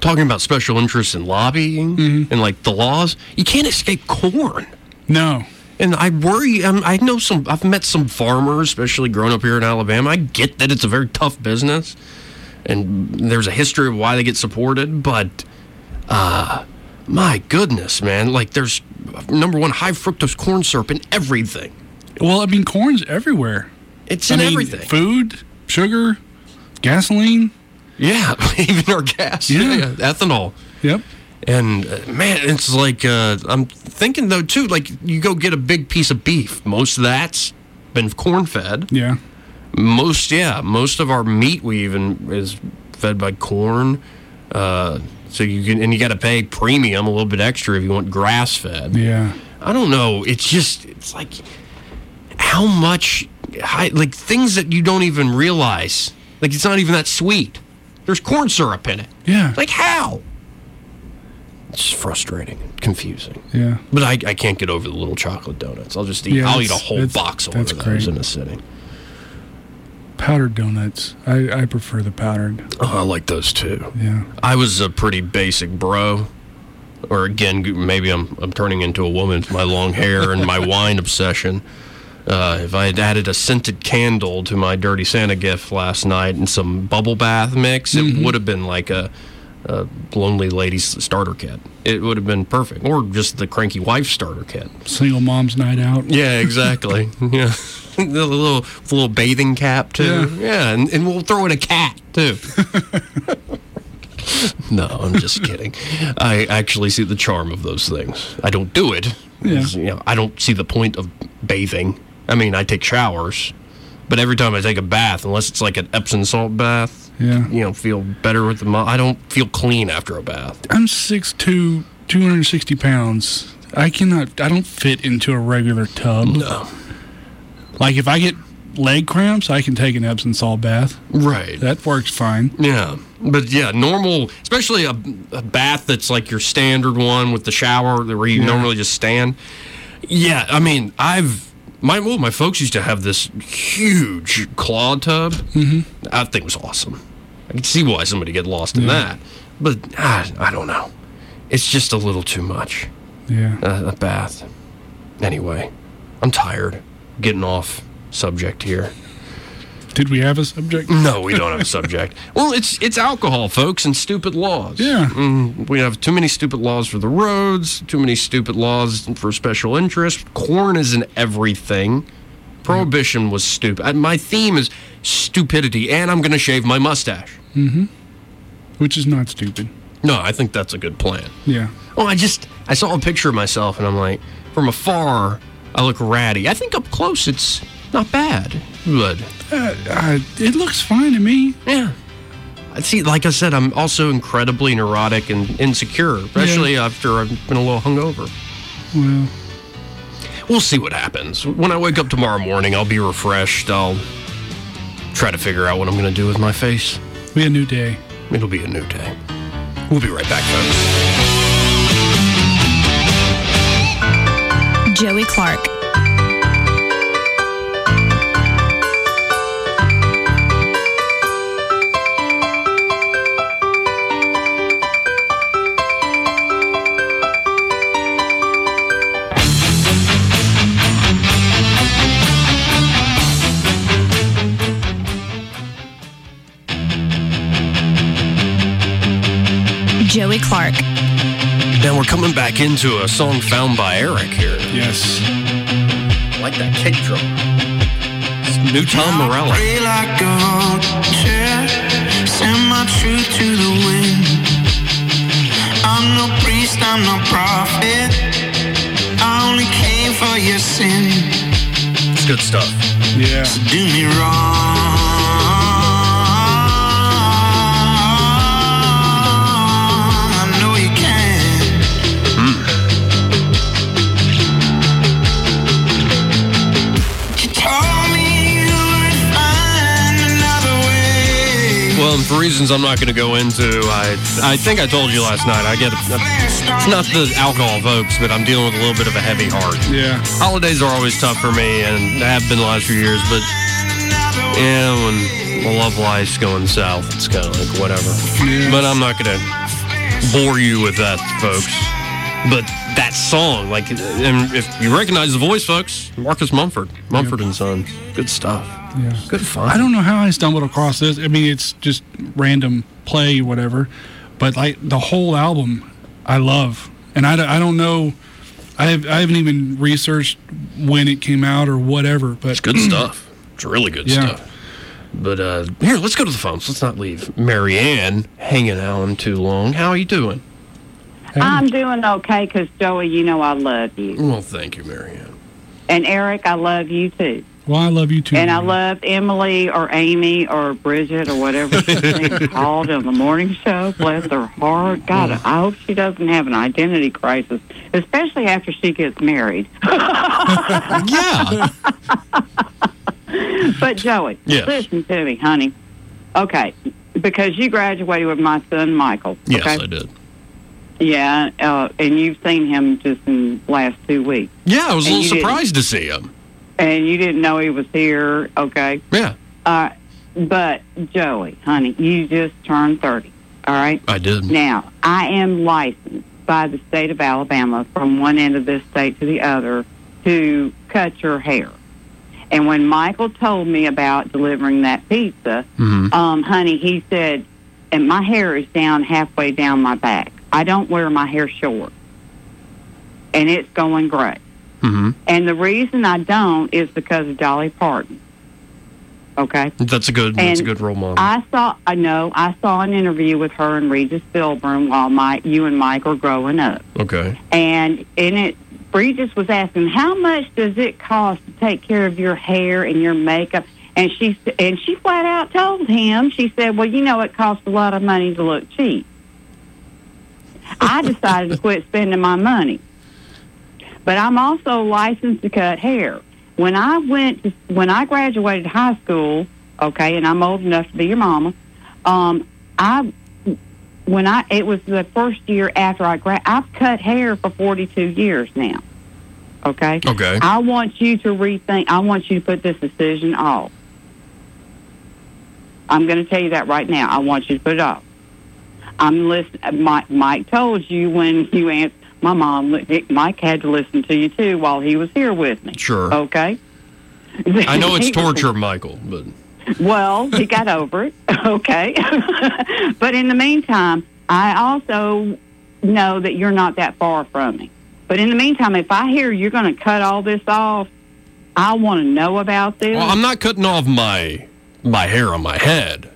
[SPEAKER 5] talking about special interests and lobbying
[SPEAKER 6] Mm-hmm.
[SPEAKER 5] and like the laws. You can't escape corn.
[SPEAKER 6] No.
[SPEAKER 5] And I worry. Um, I know some. I've met some farmers, especially growing up here in Alabama. I get that it's a very tough business, and there's a history of why they get supported. But, uh, my goodness, man! Like there's number one high fructose corn syrup in everything.
[SPEAKER 6] Well, I mean, corn's everywhere.
[SPEAKER 5] It's
[SPEAKER 6] I
[SPEAKER 5] in
[SPEAKER 6] mean,
[SPEAKER 5] everything.
[SPEAKER 6] Food, sugar, gasoline.
[SPEAKER 5] Yeah, even our gas.
[SPEAKER 6] Yeah.
[SPEAKER 5] ethanol.
[SPEAKER 6] Yep.
[SPEAKER 5] And uh, man, it's like uh, I'm thinking though too. Like you go get a big piece of beef. Most of that's been corn fed.
[SPEAKER 6] Yeah.
[SPEAKER 5] Most yeah, most of our meat we even is fed by corn. Uh, so you can and you got to pay premium a little bit extra if you want grass fed.
[SPEAKER 6] Yeah.
[SPEAKER 5] I don't know. It's just it's like how much I, like things that you don't even realize. Like it's not even that sweet. There's corn syrup in it.
[SPEAKER 6] Yeah.
[SPEAKER 5] Like how? It's frustrating, and confusing.
[SPEAKER 6] yeah.
[SPEAKER 5] But I, I can't get over the little chocolate donuts. I'll just eat.
[SPEAKER 6] Yeah,
[SPEAKER 5] I'll eat a
[SPEAKER 6] that's-
[SPEAKER 5] whole
[SPEAKER 6] that's-
[SPEAKER 5] box of one
[SPEAKER 6] that's
[SPEAKER 5] of those
[SPEAKER 6] great.
[SPEAKER 5] in a sitting.
[SPEAKER 6] Powdered donuts. I, I prefer the powdered.
[SPEAKER 5] Oh, I like those too.
[SPEAKER 6] Yeah.
[SPEAKER 5] I was a pretty basic bro. Or again, g- maybe I'm I'm turning into a woman with my long hair and my wine obsession. Uh, if I had added a scented candle to my dirty Santa gift last night and some bubble bath mix, it would have been like a, a lonely lady's starter kit. It would have been perfect, or just the cranky wife starter kit.
[SPEAKER 6] Single mom's night out.
[SPEAKER 5] Yeah, exactly. yeah, the little the little bathing cap too. Yeah,
[SPEAKER 6] Yeah.
[SPEAKER 5] and, and we'll throw in a cat too. no, I'm just kidding. I actually see the charm of those things. I don't do it. 'cause, you know, I don't see the point of bathing. I mean, I take showers, but every time I take a bath, unless it's like an Epsom salt bath,
[SPEAKER 6] Yeah.
[SPEAKER 5] you know, feel better with the. Mo- I don't feel clean after a bath.
[SPEAKER 6] I'm 6'2", 260 pounds. I cannot. I don't fit into a regular tub.
[SPEAKER 5] No.
[SPEAKER 6] Like if I get leg cramps, I can take an Epsom salt bath.
[SPEAKER 5] Right.
[SPEAKER 6] That works fine.
[SPEAKER 5] Yeah, but yeah, normal, especially a, a bath that's like your standard one with the shower where you normally just stand. Yeah, I mean, I've my well, my folks used to have this huge claw tub. Mm-hmm. That thing was awesome. I can see why somebody get lost in that, but I, I don't know. It's just a little too much
[SPEAKER 6] Yeah.
[SPEAKER 5] uh, a bath. Anyway, I'm tired. Getting off subject here.
[SPEAKER 6] Did we have a subject?
[SPEAKER 5] No, we don't have a subject. well, it's it's alcohol, folks, and stupid laws.
[SPEAKER 6] Yeah.
[SPEAKER 5] Mm, we have too many stupid laws for the roads, too many stupid laws for special interest. Corn is in everything. Prohibition was stupid. And My theme is stupidity, and I'm going to shave my mustache.
[SPEAKER 6] Which is not stupid.
[SPEAKER 5] No, I think that's a good plan.
[SPEAKER 6] Yeah.
[SPEAKER 5] Oh, I just I saw a picture of myself, and I'm like, from afar, I look ratty. I think up close, it's not bad, but
[SPEAKER 6] Uh, uh, it looks fine to me.
[SPEAKER 5] Yeah. I See, like I said, I'm also incredibly neurotic and insecure, especially after I've been a little hungover.
[SPEAKER 6] Well,
[SPEAKER 5] We'll see what happens. When I wake up tomorrow morning, I'll be refreshed. I'll try to figure out what I'm going to do with my face.
[SPEAKER 6] we had a new day.
[SPEAKER 5] It'll be a new day. We'll be right back, folks.
[SPEAKER 7] Joey Clark. Joey Clark.
[SPEAKER 5] Now we're coming back into a song found by Eric here.
[SPEAKER 6] Yes.
[SPEAKER 5] I like that kick drum. It's new Tom Morello.
[SPEAKER 4] Pray like a vulture, send my truth to the wind. I'm no prophet. I only came for your sin.
[SPEAKER 5] It's good stuff.
[SPEAKER 8] Yeah.
[SPEAKER 4] So do me wrong. I know you can. You told me you would find another way.
[SPEAKER 5] Well, and for reasons I'm not going to go into, I I think I told you last night. I get it's not the alcohol vapes, but I'm dealing with a little bit of a heavy heart.
[SPEAKER 8] Yeah.
[SPEAKER 5] Holidays are always tough for me, and have been the last few years. But yeah, when the love life's going south, it's kind of like whatever. But I'm not going to bore you with that, folks. But that song, like, and if you recognize the voice, folks, Marcus Mumford, Mumford and Sons, good stuff.
[SPEAKER 8] Yeah.
[SPEAKER 5] Good fun.
[SPEAKER 8] I don't know how I stumbled across this. I mean, it's just random play, whatever. But like the whole album, I love, and I, d- I don't know. I, have, I haven't even researched when it came out or whatever. But
[SPEAKER 5] It's good stuff. It's really good
[SPEAKER 8] Yeah.
[SPEAKER 5] stuff. But uh here, let's go to the phones. Let's not leave Marianne hanging out too long. How are you doing?
[SPEAKER 6] I'm doing okay because, Joey, you know I love you.
[SPEAKER 5] Well, thank you, Marianne.
[SPEAKER 6] And Eric, I love you too.
[SPEAKER 8] Well, I love you too.
[SPEAKER 6] And I
[SPEAKER 8] Mary.
[SPEAKER 6] love Emily or Amy or Bridget or whatever she's being called on the morning show. Bless her heart. God, I hope she doesn't have an identity crisis, especially after she gets married.
[SPEAKER 5] Yeah.
[SPEAKER 6] But Joey,
[SPEAKER 5] Yes.
[SPEAKER 6] listen to me, honey. Okay, because you graduated with my son Michael.
[SPEAKER 5] yes,
[SPEAKER 6] okay?
[SPEAKER 5] I did.
[SPEAKER 6] Yeah, uh, and you've seen him just in the last two weeks,
[SPEAKER 5] Yeah, I was a
[SPEAKER 6] And
[SPEAKER 5] little
[SPEAKER 6] you didn't-
[SPEAKER 5] surprised to see him.
[SPEAKER 6] and you didn't know he was here. Okay.
[SPEAKER 5] Yeah,
[SPEAKER 6] Uh, but Joey, honey, you just turned thirty. All right.
[SPEAKER 5] I did.
[SPEAKER 6] Now I am licensed by the state of Alabama from one end of this state to the other to cut your hair. And when Michael told me about delivering that pizza,
[SPEAKER 5] Mm-hmm,
[SPEAKER 6] um, honey, he said, and my hair is down halfway down my back. I don't wear my hair short, and it's going gray.
[SPEAKER 5] mm-hmm.
[SPEAKER 6] And the reason I don't is because of Dolly Parton. Okay.
[SPEAKER 5] That's a good. that's a
[SPEAKER 6] And
[SPEAKER 5] good role model.
[SPEAKER 6] I saw. I know. I saw an interview with her and Regis Philbin while my you and Mike were growing up,
[SPEAKER 5] okay.
[SPEAKER 6] and in it, Regis was asking how much does it cost to take care of your hair and your makeup, and she s- and she flat out told him. She said, "Well, you know, it costs a lot of money to look cheap." I decided to quit spending my money but I'm also licensed to cut hair. When I went to, when I graduated high school, okay, and I'm old enough to be your mama, um, I when I it was the first year after I grad I've cut hair for 42 years now. Okay.
[SPEAKER 5] Okay.
[SPEAKER 6] I want you to rethink. I want you to put this decision off. I'm going to tell you that right now. I want you to put it off. I'm listening. Mike, Mike told you when you answered. My mom, li- Mike had to listen to you too while he was here with me.
[SPEAKER 5] Sure.
[SPEAKER 6] Okay.
[SPEAKER 5] I know it's torture, Michael, but
[SPEAKER 6] Well, he got over it. Okay. but in the meantime, I also know that you're not that far from me. But in the meantime, if I hear you're going to cut all this off, I want to know about this.
[SPEAKER 5] well, I'm not cutting off my my hair on my head.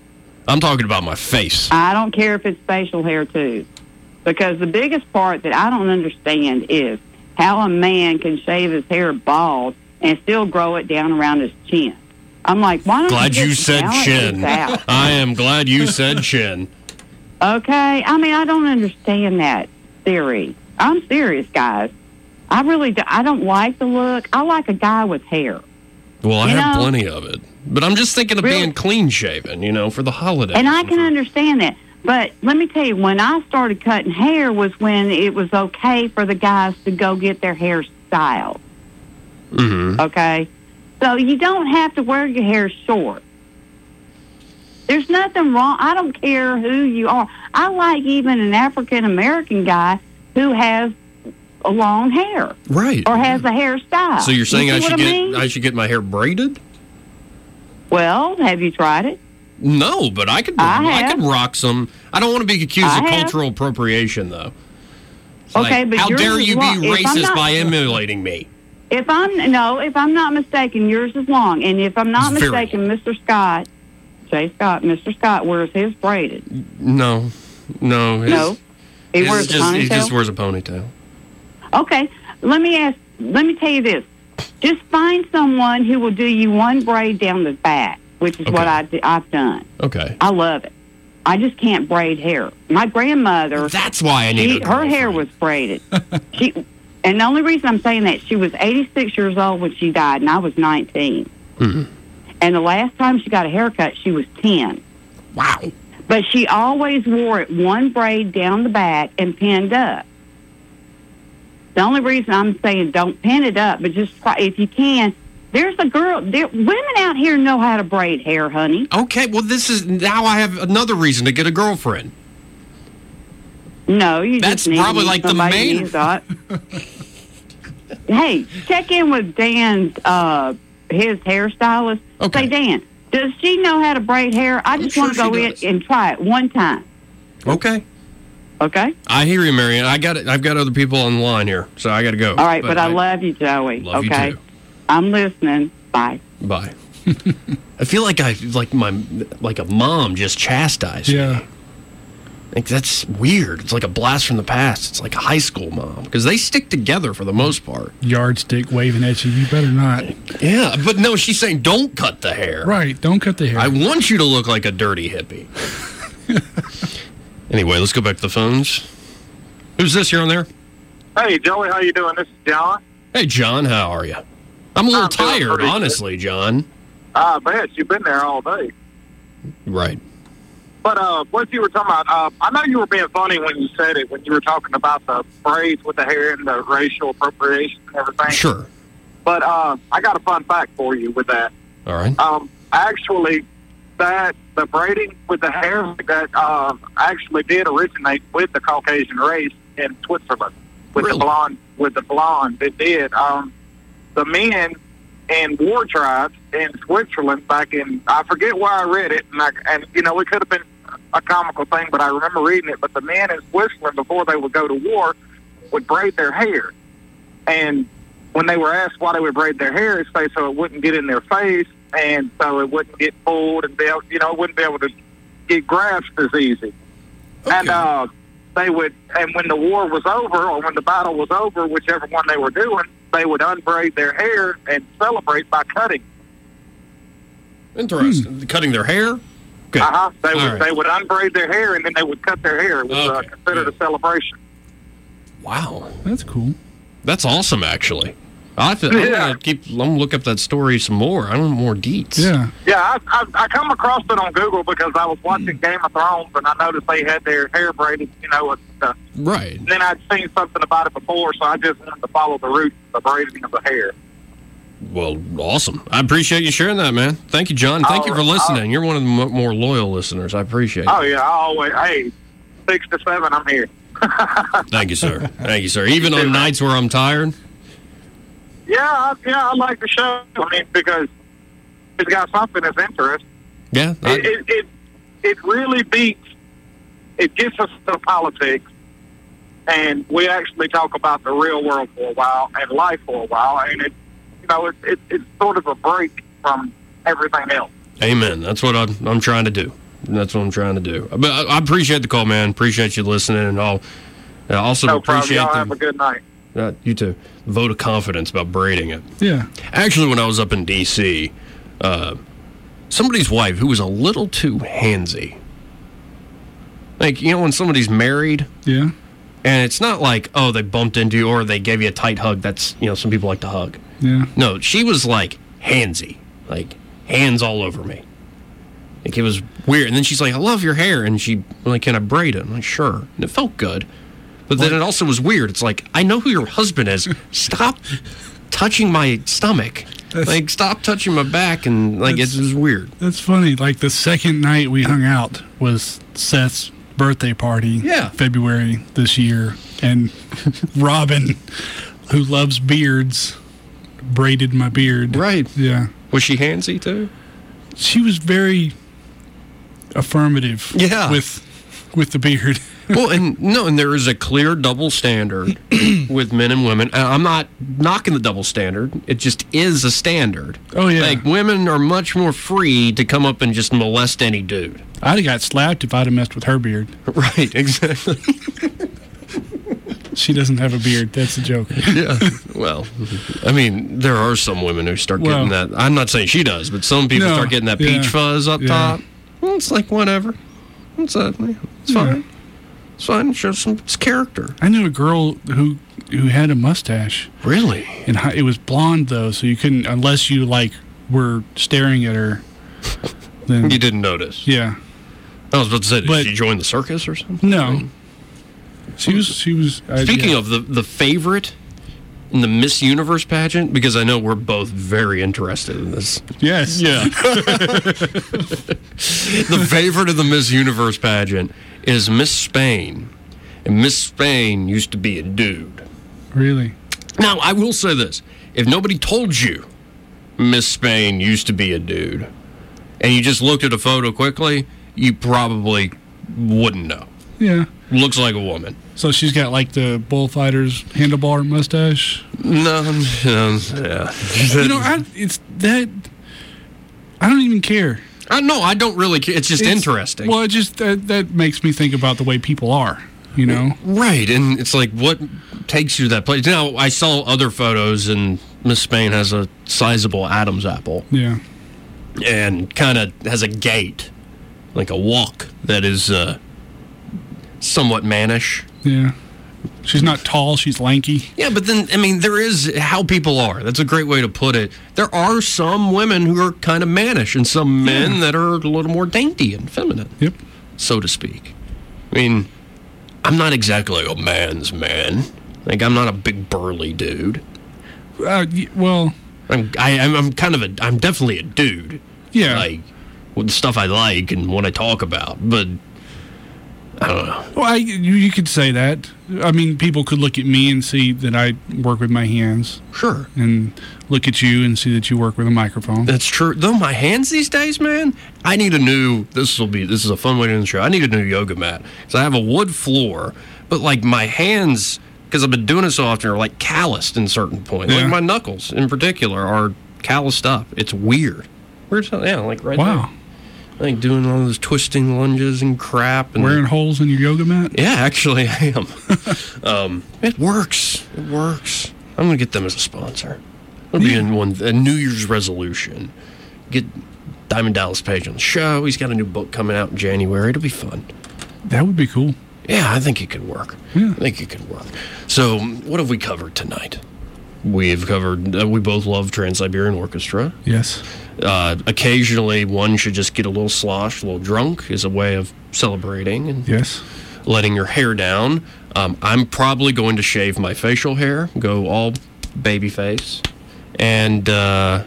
[SPEAKER 5] I'm talking about my face.
[SPEAKER 6] I don't care if it's facial hair too, because the biggest part that I don't understand is how a man can shave his hair bald and still grow it down awn his chin. I'm like, why don't
[SPEAKER 5] Glad you
[SPEAKER 6] just
[SPEAKER 5] said
[SPEAKER 6] balance
[SPEAKER 5] chin.
[SPEAKER 6] this out?
[SPEAKER 5] I am glad you said chin.
[SPEAKER 6] Okay, I mean, I don't understand that theory. I'm serious, guys. I really, do, I don't like the look. I like a guy with hair.
[SPEAKER 5] Well, I
[SPEAKER 6] You
[SPEAKER 5] have
[SPEAKER 6] know-
[SPEAKER 5] plenty of it, but I'm just thinking of
[SPEAKER 6] Really?
[SPEAKER 5] being clean shaven, you know, for the holidays.
[SPEAKER 6] And I can understand that. But let me tell you, when I started cutting hair was when it was okay for the guys to go get their hair styled. Mm-hmm. Okay? So you don't have to wear your hair short. There's nothing wrong. I don't care who you are. I like even an African American guy who has a long hair
[SPEAKER 5] right.
[SPEAKER 6] or has a hairstyle.
[SPEAKER 5] So you're saying
[SPEAKER 6] You see
[SPEAKER 5] I should
[SPEAKER 6] what
[SPEAKER 5] get
[SPEAKER 6] mean?
[SPEAKER 5] I should get my hair braided?
[SPEAKER 6] well, have you tried it?
[SPEAKER 5] No, but I could
[SPEAKER 6] I
[SPEAKER 5] I,
[SPEAKER 6] have.
[SPEAKER 5] could rock some. I don't want to be accused
[SPEAKER 6] I
[SPEAKER 5] of
[SPEAKER 6] have.
[SPEAKER 5] cultural appropriation though. It's
[SPEAKER 6] Okay, but
[SPEAKER 5] how
[SPEAKER 6] yours
[SPEAKER 5] dare
[SPEAKER 6] is
[SPEAKER 5] you be
[SPEAKER 6] wrong. If I'm
[SPEAKER 5] racist
[SPEAKER 6] not-
[SPEAKER 5] by emulating me?
[SPEAKER 6] If I'm no, if I'm not mistaken, yours is long, and if I'm not
[SPEAKER 5] It's very
[SPEAKER 6] mistaken, Mr. Scott, Jay Scott, Mr. Scott wears his braided.
[SPEAKER 5] No, no, his-
[SPEAKER 6] No,
[SPEAKER 9] He
[SPEAKER 5] It's
[SPEAKER 9] wears a
[SPEAKER 5] just, He
[SPEAKER 9] ponytail?
[SPEAKER 5] just wears a ponytail.
[SPEAKER 9] Okay, let me ask. Let me tell you this. Just find someone who will do you one braid down the back, which is what I d- I've done.
[SPEAKER 5] Okay.
[SPEAKER 9] I love it. I just can't braid hair. My grandmother.
[SPEAKER 5] That's why I need
[SPEAKER 9] she,
[SPEAKER 5] a
[SPEAKER 9] her hair was braided. she, and the only reason I'm saying that she was 86 years old when she died, and I was 19.
[SPEAKER 5] Mm-hmm.
[SPEAKER 9] And the last time she got a haircut, she was 10.
[SPEAKER 5] Wow.
[SPEAKER 9] But she always wore it one braid down the back and pinned up. The only reason I'm saying don't pin it up, but just try, if you can. There's a girl. There, women out here know how to braid hair, honey.
[SPEAKER 5] Okay, well, this is now I have another reason to get a girlfriend.
[SPEAKER 9] No, you
[SPEAKER 5] That's
[SPEAKER 9] just need to
[SPEAKER 5] probably
[SPEAKER 9] meet
[SPEAKER 5] like the
[SPEAKER 9] somebody
[SPEAKER 5] main-
[SPEAKER 9] who's hot. hey, check in with Dan's uh, his hairstylist. Okay. Say, Dan, does she know how to braid hair? I just want to
[SPEAKER 5] sure
[SPEAKER 9] go
[SPEAKER 5] she
[SPEAKER 9] in and try it one time.
[SPEAKER 5] Okay.
[SPEAKER 9] Okay.
[SPEAKER 5] I hear you, Marion. I got I've got other people on the line here, so I got to go.
[SPEAKER 9] All right, but, I, love you, Joey.
[SPEAKER 5] Love you
[SPEAKER 9] okay.
[SPEAKER 5] too.
[SPEAKER 9] I'm listening. Bye.
[SPEAKER 5] Bye. I feel like I like my like a mom just chastised me. Like that's weird. It's like a blast from the past. It's like a high school mom because they stick together for the most part.
[SPEAKER 6] Yardstick waving at you. You better not.
[SPEAKER 5] Yeah, but no, she's saying don't cut the hair.
[SPEAKER 6] Right. Don't cut the hair.
[SPEAKER 5] I want you to look like a dirty hippie. anyway, let's go back to the phones. Who's this? You're on there.
[SPEAKER 10] Hey, Joey, how you doing? This is John.
[SPEAKER 5] Hey, John. How are you? I'm a little
[SPEAKER 10] I'm doing
[SPEAKER 5] tired,
[SPEAKER 10] pretty good.
[SPEAKER 5] honestly, John.
[SPEAKER 10] Ah, man, you've been there all day.
[SPEAKER 5] Right.
[SPEAKER 10] But uh, what you were talking about, uh, I know you were being funny when you said it, when you were talking about the braids with the hair and the racial appropriation and everything.
[SPEAKER 5] Sure.
[SPEAKER 10] But uh, I got a fun fact for you with that.
[SPEAKER 5] All right.
[SPEAKER 10] Um, actually, that the braiding with the hair like that um, actually did originate with the Caucasian race in Switzerland. With the blonde, with the blonde, it did. Um, the men in war tribes in Switzerland back in I forget where I read it, and, I, and you know it could have been a comical thing, but I remember reading it. But the men in Switzerland before they would go to war would braid their hair, and when they were asked why they would braid their hair, it's say so it wouldn't get in their face, and so it wouldn't get pulled, and be able, you know it wouldn't be able to get grasped as easy. And uh, they would, and when the war was over or when the battle was over, whichever one they were doing, they would unbraid their hair and celebrate by cutting.
[SPEAKER 5] Interesting. Cutting their hair. Good.
[SPEAKER 10] Uh-huh. They
[SPEAKER 5] All
[SPEAKER 10] would
[SPEAKER 5] right.
[SPEAKER 10] they would unbraid their hair and then they would cut their hair. It was uh, considered a celebration.
[SPEAKER 5] Wow.
[SPEAKER 6] That's cool.
[SPEAKER 5] That's awesome, actually. I have to, I'm
[SPEAKER 10] Yeah.
[SPEAKER 5] gonna keep. I'm gonna look up that story some more. I want more deets.
[SPEAKER 6] Yeah.
[SPEAKER 10] Yeah, I, I, I come across it on Google because I was watching
[SPEAKER 5] Hmm.
[SPEAKER 10] Game of Thrones and I noticed they had their hair braided, you know, with stuff.
[SPEAKER 5] Right.
[SPEAKER 10] And then I'd seen something about it before, so I just wanted to follow the roots of the braiding of the hair.
[SPEAKER 5] Well, awesome. I appreciate you sharing that, man. Thank you, John. Thank you for
[SPEAKER 10] All right.
[SPEAKER 5] listening. You're one of the mo- more loyal listeners. I appreciate
[SPEAKER 10] Oh yeah, I always hey, six to seven, I'm here.
[SPEAKER 5] it. Thank you, sir. Thank you, sir. Even on nights where I'm tired.
[SPEAKER 10] Yeah, I, yeah, I like the show. I mean, because it's got something that's interesting.
[SPEAKER 5] Yeah. I-
[SPEAKER 10] It, it, it, it really beats. It gets us to politics, and we actually talk about the real world for a while and life for a while, and it, you know, it, it, it's sort of a break from everything else.
[SPEAKER 5] Hmm, Amen. That's what I'm, I'm trying to do. That's what I'm trying to do. But I, I appreciate the call, man. Appreciate you listening, and I'll I also
[SPEAKER 10] no problem.
[SPEAKER 5] appreciate
[SPEAKER 10] Y'all
[SPEAKER 5] the
[SPEAKER 10] have a good night.
[SPEAKER 5] Uh, you too. Vote of confidence about braiding it.
[SPEAKER 6] Yeah.
[SPEAKER 5] Actually, when I was up in D.C., uh, somebody's wife who was a little too handsy. Like, you know, when somebody's married.
[SPEAKER 6] Yeah.
[SPEAKER 5] And it's not like, oh, they bumped into you or they gave you a tight hug. That's, you know, some people like to hug.
[SPEAKER 6] Yeah.
[SPEAKER 5] No, she was like handsy, like hands all over me. Like it was weird. And then she's like, "I love your hair," and she like, "Can I braid it?" I'm like, "Sure," and it felt good. But then it also was weird. It's like, I know who your husband is. Stop touching my stomach. like, stop touching my back. And like, it's just weird.
[SPEAKER 6] That's funny. Like the second night we hung out was Seth's birthday party. Yeah. February this year. And Robin, who loves beards, braided my beard.
[SPEAKER 5] Right.
[SPEAKER 6] Yeah.
[SPEAKER 5] Was she handsy too?
[SPEAKER 6] She was very affirmative.
[SPEAKER 5] Yeah.
[SPEAKER 6] With with the beard.
[SPEAKER 5] well, and no, and there is a clear double standard with men and women. And I'm not knocking the double standard. It just is a standard.
[SPEAKER 6] Oh yeah.
[SPEAKER 5] Like women are much more free to come up and just molest any dude.
[SPEAKER 6] I'd have got slapped if I'd have messed with her beard.
[SPEAKER 5] Right, exactly.
[SPEAKER 6] She doesn't have a beard. That's a joke.
[SPEAKER 5] yeah. Well, I mean, there are some women who start
[SPEAKER 6] Well-
[SPEAKER 5] getting that. I'm not saying she does, but some people
[SPEAKER 6] No,
[SPEAKER 5] start getting that
[SPEAKER 6] yeah,
[SPEAKER 5] peach fuzz up
[SPEAKER 6] yeah.
[SPEAKER 5] top. Well, it's like whatever. It's uh, it's fine. It's fine. Shows some it's character.
[SPEAKER 6] I knew a girl who who had a mustache.
[SPEAKER 5] Really?
[SPEAKER 6] And hi- it was blonde though, so you couldn't unless you like were staring at her. Then
[SPEAKER 5] You didn't notice.
[SPEAKER 6] Yeah.
[SPEAKER 5] Mm-hmm. I was about to say, did she join the circus or something?
[SPEAKER 6] No. She was. She was. I-
[SPEAKER 5] Speaking
[SPEAKER 6] yeah.
[SPEAKER 5] of the the favorite in the Miss Universe pageant, because I know we're both very interested in this.
[SPEAKER 6] Yes.
[SPEAKER 5] Yeah. the favorite of the Miss Universe pageant is Miss Spain. And Miss Spain used to be a dude.
[SPEAKER 6] Really?
[SPEAKER 5] Now, I will say this if nobody told you Miss Spain used to be a dude, and you just looked at a photo quickly, you probably wouldn't know.
[SPEAKER 6] Yeah.
[SPEAKER 5] Looks like a woman.
[SPEAKER 6] So she's got like the bullfighter's handlebar mustache.
[SPEAKER 5] No, no, yeah.
[SPEAKER 6] you know, I, it's that. I don't even care.
[SPEAKER 5] I Uh, no, I don't really care. It's just interesting.
[SPEAKER 6] Well, it just that, that makes me think about the way people are. You know.
[SPEAKER 5] Right, and it's like what takes you to that place. Now I saw other photos, and Miss Spain has a sizable Adam's apple,
[SPEAKER 6] Yeah.
[SPEAKER 5] and kind of has a gait, like a walk that is uh, somewhat mannish.
[SPEAKER 6] Yeah. She's not tall. She's lanky.
[SPEAKER 5] Yeah, but then I mean, there is how people are. That's a great way to put it. There are some women who are kind of mannish, and some men that are a little more dainty and feminine.
[SPEAKER 6] Yep.
[SPEAKER 5] so to speak. I mean, I'm not exactly a man's man. Like I'm not a big burly dude.
[SPEAKER 6] Uh, y- well,
[SPEAKER 5] I'm I, I'm, I'm kind of a I'm definitely a dude.
[SPEAKER 6] Yeah.
[SPEAKER 5] Like with the stuff I like and what I talk about, but I don't know.
[SPEAKER 6] Well, I, you, you could say that. I mean, people could look at me and see that I work with my hands.
[SPEAKER 5] Sure.
[SPEAKER 6] And look at you and see that you work with a microphone.
[SPEAKER 5] That's true. Though my hands these days, man, I need a new. This will be. This is a fun way to end the show. I need a new yoga mat because I have a wood floor, but like my hands, because I've been doing it so often, are like calloused in certain point.
[SPEAKER 6] Yeah.
[SPEAKER 5] Like my knuckles, in particular, are calloused up. It's weird. Where's that? Yeah, like right
[SPEAKER 6] Wow.
[SPEAKER 5] there. Like doing all those twisting lunges and crap. And
[SPEAKER 6] Wearing holes in your yoga mat?
[SPEAKER 5] yeah, actually, I am. um, it works. It works. I'm gonna get them as a sponsor. It'll be in one a New Year's resolution. Get Diamond Dallas Page on the show. He's got a new book coming out in January. It'll be fun.
[SPEAKER 6] That would be cool.
[SPEAKER 5] Yeah, I think it could work. Yeah. I think it could work. So, what have we covered tonight? We've covered. Uh, we both love Trans Siberian Orchestra.
[SPEAKER 6] Yes.
[SPEAKER 5] Uh, occasionally, one should just get a little slosh, a little drunk, is a way of celebrating. And
[SPEAKER 6] Yes.
[SPEAKER 5] letting your hair down. Um, I'm probably going to shave my facial hair, go all baby face. And uh,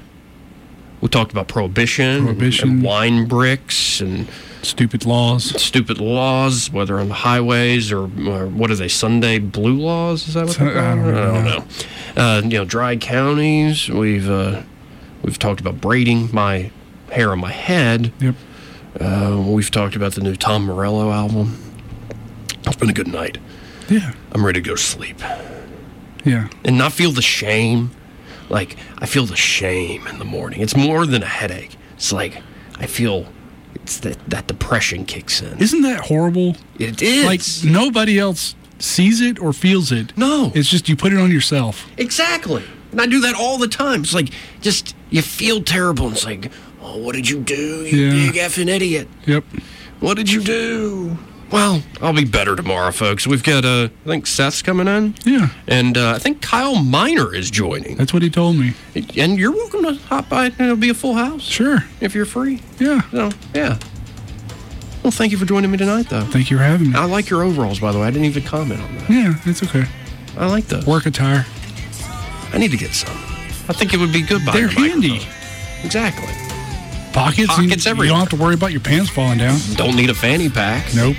[SPEAKER 5] we talked about prohibition,
[SPEAKER 6] Prohibition.
[SPEAKER 5] and wine bricks and
[SPEAKER 6] stupid laws.
[SPEAKER 5] Stupid laws, whether on the highways or, or what are they, Sunday blue laws? Is that what
[SPEAKER 6] So-
[SPEAKER 5] they're
[SPEAKER 6] I
[SPEAKER 5] called?
[SPEAKER 6] don't
[SPEAKER 5] I don't know. Uh, you know, dry counties. We've uh, we've talked about braiding my hair on my head.
[SPEAKER 6] Yep.
[SPEAKER 5] Uh, we've talked about the new Tom Morello album. It's been a good night.
[SPEAKER 6] Yeah.
[SPEAKER 5] I'm ready to go to sleep
[SPEAKER 6] Yeah.
[SPEAKER 5] and not feel the shame. Like I feel the shame in the morning. It's more than a headache. It's like I feel it's that that depression kicks in.
[SPEAKER 6] Isn't that horrible?
[SPEAKER 5] It is.
[SPEAKER 6] Like nobody else sees it or feels it.
[SPEAKER 5] No.
[SPEAKER 6] It's just you put it on yourself.
[SPEAKER 5] Exactly. And I do that all the time. It's like just you feel terrible. And it's like, oh, what did you do? You
[SPEAKER 6] Yeah.
[SPEAKER 5] big effing idiot.
[SPEAKER 6] Yep.
[SPEAKER 5] What did you do? Well, I'll be better tomorrow, folks. We've got uh, I think Seth's coming in.
[SPEAKER 6] Yeah.
[SPEAKER 5] And uh, I think Kyle Miner is joining.
[SPEAKER 6] That's what he told me.
[SPEAKER 5] And you're welcome to hop by. and It'll be a full house.
[SPEAKER 6] Sure.
[SPEAKER 5] If you're free.
[SPEAKER 6] Yeah.
[SPEAKER 5] No. Yeah. Well, thank you for joining me tonight, though.
[SPEAKER 6] Thank you for having me.
[SPEAKER 5] I like your overalls, by the way. I didn't even comment on that.
[SPEAKER 6] Yeah, it's okay.
[SPEAKER 5] I like those.
[SPEAKER 6] Work attire.
[SPEAKER 5] I need to get some. I think it would be good by your
[SPEAKER 6] They're
[SPEAKER 5] microphone.
[SPEAKER 6] handy.
[SPEAKER 5] Exactly.
[SPEAKER 6] Pockets. you-
[SPEAKER 5] Pockets
[SPEAKER 6] You
[SPEAKER 5] everywhere.
[SPEAKER 6] don't have to worry about your pants falling down.
[SPEAKER 5] Don't need a fanny pack.
[SPEAKER 6] Nope.